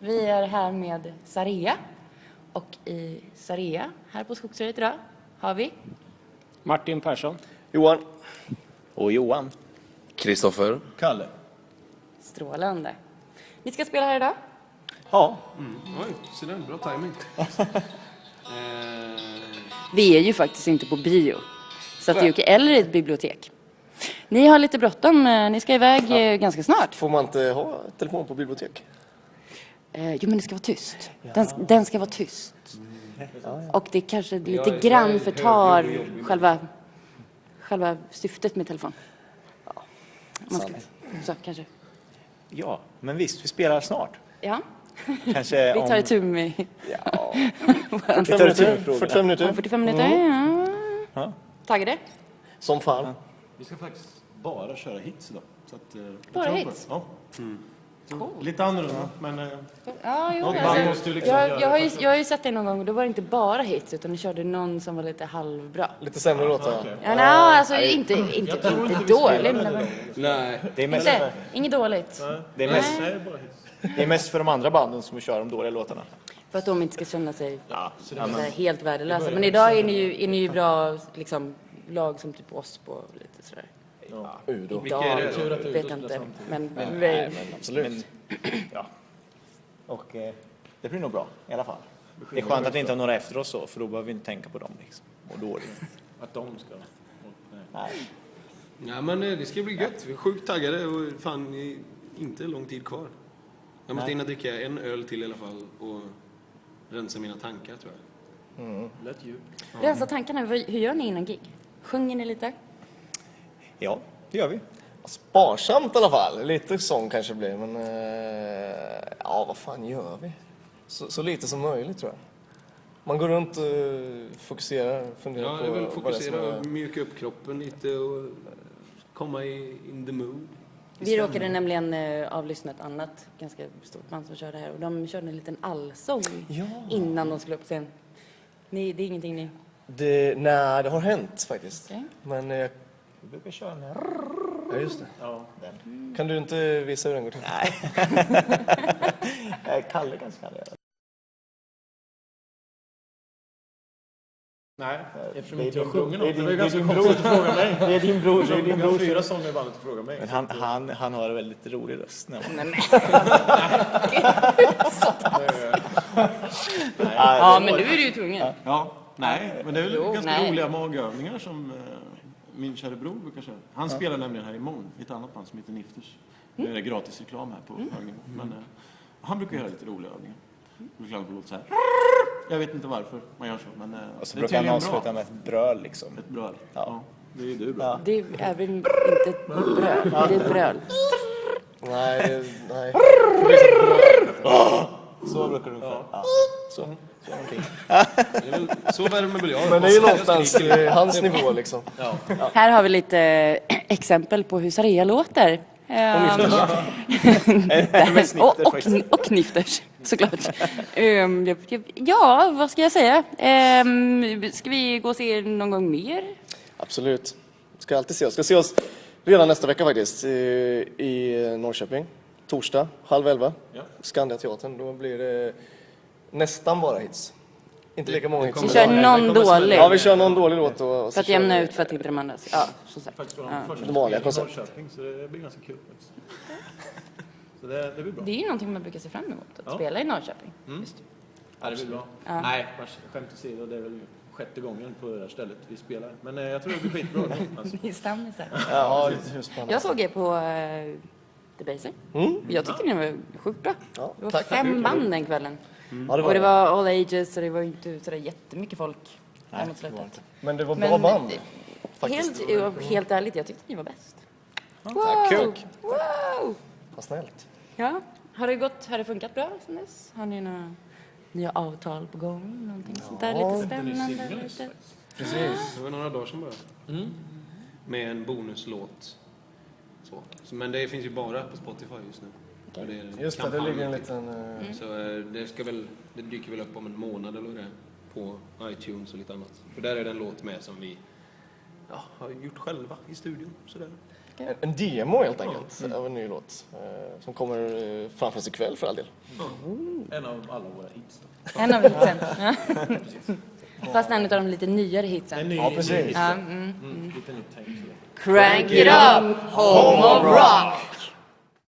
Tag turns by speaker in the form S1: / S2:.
S1: Vi är här med Sarea. Och i Sarea, här på Skogsröret idag, har vi...
S2: Martin Persson.
S3: Johan. Och Johan.
S4: Kristoffer.
S3: Kalle.
S1: Strålande. Ni ska spela här idag.
S3: Ja.
S5: Oj, se där, bra timing.
S1: Vi är ju faktiskt inte på bio. Så att vi åker eller i ett bibliotek. Ni har lite bråttom, eh, ni ska iväg eh, ganska snart.
S3: Får man inte ha telefon på bibliotek?
S1: Eh, Jo men det ska vara tyst. Den, den ska vara tyst. Och det kanske lite grann förtar själva, själva syftet med telefon. Om man ska, så kanske.
S6: Ja, men visst, vi spelar snart.
S1: Ja,
S6: Kanske
S1: vi
S6: om...
S1: tar itu med
S6: Vi tar itu med frågorna.
S3: 45
S1: om
S3: minuter. Mm.
S1: 45 minuter. Ja. Taggade?
S3: Som fan.
S7: Vi ska faktiskt bara köra hits idag. Så att, eh, jag
S1: Bara
S7: tror på
S1: hits? Mm.
S7: det. Ja. Så, Lite annorlunda, men eh,
S1: Ja, jo. alltså,
S7: man måste ju liksom
S1: jag,
S7: göra
S1: jag, har
S7: det
S1: ju, jag har ju sett dig någon gång och då var det inte bara hits utan du körde någon som var lite halvbra.
S3: Lite sämre låtar.
S7: okej.
S1: Ja, nej, alltså inte, inte, inte,
S7: tror inte vi
S1: dålig.
S7: spelar
S1: Men,
S5: Nej.
S6: Det är mest,
S1: inte, inget dåligt.
S6: det är mest,
S7: det är bara hits.
S6: det är mest för de andra banden som kör de dåliga låtarna.
S1: För att de inte ska känna sig
S7: Så
S1: så
S7: det,
S1: här helt värdelösa. Men idag är ni ju, är ni ju bra liksom, lag som typ Osbo lite sådär.
S3: Udo.
S1: Idag
S5: är det? Tur att
S1: vet jag inte. Men, men,
S6: Absolut. Men, ja. Och eh, det blir nog bra i alla fall. Det är skönt att vi inte har några efter oss så, för då behöver vi inte tänka på dem liksom. Och dåligt.
S7: att de ska... Nej.
S5: Ja, men eh, det ska bli gött. Vi är sjukt taggade och fan, i- inte lång tid kvar. Jag måste hinna dricka en öl till i alla fall och rensa mina tankar tror jag.
S3: Mm.
S1: rensa tankarna. Vad- Hur gör ni innan gig? Sjunger ni lite?
S6: Ja, det gör vi.
S3: Sparsamt i alla fall. Lite sång kanske blir, men... eh, ja, vad fan gör vi? Så, så lite som möjligt, tror jag. Man går runt och fokuserar, funderar
S5: Ja,
S3: på
S5: jag
S3: vad
S5: vill
S3: det är som
S5: fokusera
S3: är...
S5: och mjuka upp kroppen lite och eh, komma i, in the mood.
S1: Vi råkade nämligen eh, avlyssna ett annat ganska stort band som körde här och de körde en liten allsång innan de skulle upp på scen. Ni, det är ingenting ni...
S3: Det, nej, det har hänt faktiskt.
S1: Okej.
S3: Men eh,
S6: Vi brukar köra den här.
S3: Ja, just det.
S6: Ja, den.
S3: Kan du inte visa hur den går till?
S6: Eh, Kalle kanske kan göra det.
S7: Nej, eftersom
S6: Eh, Det är
S7: inte jag
S6: din
S7: sjunger
S6: bror.
S7: något.
S6: Det är
S7: Det var
S6: din-
S7: ganska
S6: det är din Det är
S7: konstigt att fråga mig.
S6: din bror, det är din
S7: Vi har
S6: bror.
S7: fyra sånger i bandet att fråga mig.
S6: Men han, han, han har en väldigt rolig röst. När man...
S1: Nej, men,
S6: Nej,
S1: ja, men nu är du ju tvungen.
S7: Ja, nej, men det är väl
S1: Jo,
S7: ganska
S1: nej.
S7: roliga magövningar som eh, min kära bror brukar köra. Han spelar nämligen här imorgon i ett annat band som heter Nifters. Det är gratis reklam här på hög nivå. Men eh, han brukar göra lite roliga övningar. Reklam på låt så här. Jag vet inte varför man gör så, men eh,
S6: Och så Alltså,
S7: det är
S6: brukar han
S7: tydligen
S6: avsluta
S7: bra.
S6: med ett bröl liksom.
S7: Ett bröl. Ja.
S6: Ja.
S7: det är ju du bra.
S6: Ja.
S1: Det är väl inte ett bröl. Det är ett bröl.
S3: Nej, det- nej.
S6: Så brukar du ja. ja.
S7: Mm.
S6: Så. Så någonting.
S5: Det är väl- Så värmer väl jag.
S3: Men det är ju någonstans eh, hans nivå liksom.
S1: Här har vi lite exempel på hur Saria låter. Ehm, där-
S6: Med snitter
S1: och, och,
S6: faktiskt.
S1: och knifters, såklart. Ehm, jag- jag- ja, vad ska jag säga? Um, ska vi gå och se er någon gång mer?
S3: Absolut. Ska alltid se oss. Ska se oss redan nästa vecka faktiskt. eh, I Norrköping. Torsdag, halv elva.
S7: Ja.
S3: Skandiateatern. Då blir det nästan bara hits. Inte lika många hits.
S1: Vi
S3: som
S1: kör
S3: idag.
S1: någon dålig.
S3: Ja, vi kör någon dålig låt och, och
S1: För att
S3: kör
S1: jämna
S3: vi-
S1: ut för att inte de andra... Ja, som sagt.
S7: Faktiskt var
S1: Ja.
S7: de första
S3: Det vanliga
S7: spelen i
S3: koncept.
S7: Norrköping, så det blir ganska kul faktiskt. Så det, det blir bra.
S1: Det är ju någonting man brukar se fram emot, att spela i Norrköping.
S3: Mm.
S1: Just.
S7: Ja, det blir bra. Nej, vars- skämt åsido, det är väl sjätte gången på det här stället vi spelar. Men eh, jag tror det blir skitbra. alltså.
S1: Ni är stammisar.
S3: Ja, lite husband.
S1: Jag såg er på eh, The Basic. Jag tyckte ni var sjukt bra.
S3: Mm. Ja,
S1: det var
S3: tack.
S1: fem band den kvällen.
S3: Ja, det
S1: Och
S3: var
S1: det
S3: det.
S1: var all ages och det var ju inte sådär jättemycket folk här mot slutet.
S3: Men det var bra
S1: Men-
S3: band.
S1: Helt,
S3: Faktiskt.
S1: helt ärligt, jag tyckte ni var bäst. Wow!
S3: kul.
S1: wow!
S3: Vad snällt.
S1: Ja, har det gått, har det funkat bra sen dess? Har ni några nya avtal på gång? Någonting sånt där lite spännande? Lite.
S5: Det var några dagar sedan bara. Med en bonuslåt. Så. Så, Men det finns ju bara på Spotify just nu. Och Det är
S3: Just det, det
S5: kampanj
S3: ligger en
S5: till.
S3: liten... eh,
S5: Så eh, det, ska väl, det dyker väl upp om en månad eller vad det är, på iTunes och lite annat. För där är det en låt med som vi ja, har gjort själva i studion. Sådär.
S1: Kul.
S3: En, en demo helt enkelt av en ny låt. Eh, som kommer eh, framföras ikväll för all del.
S7: En av alla våra hits. då.
S1: En av hitsen. Ja. Fast en av de lite nyare hitsen.
S7: ny,
S3: Ja, precis.
S1: Ja, mm.
S7: lite nytt tänk.
S1: Crank it up, home of rock!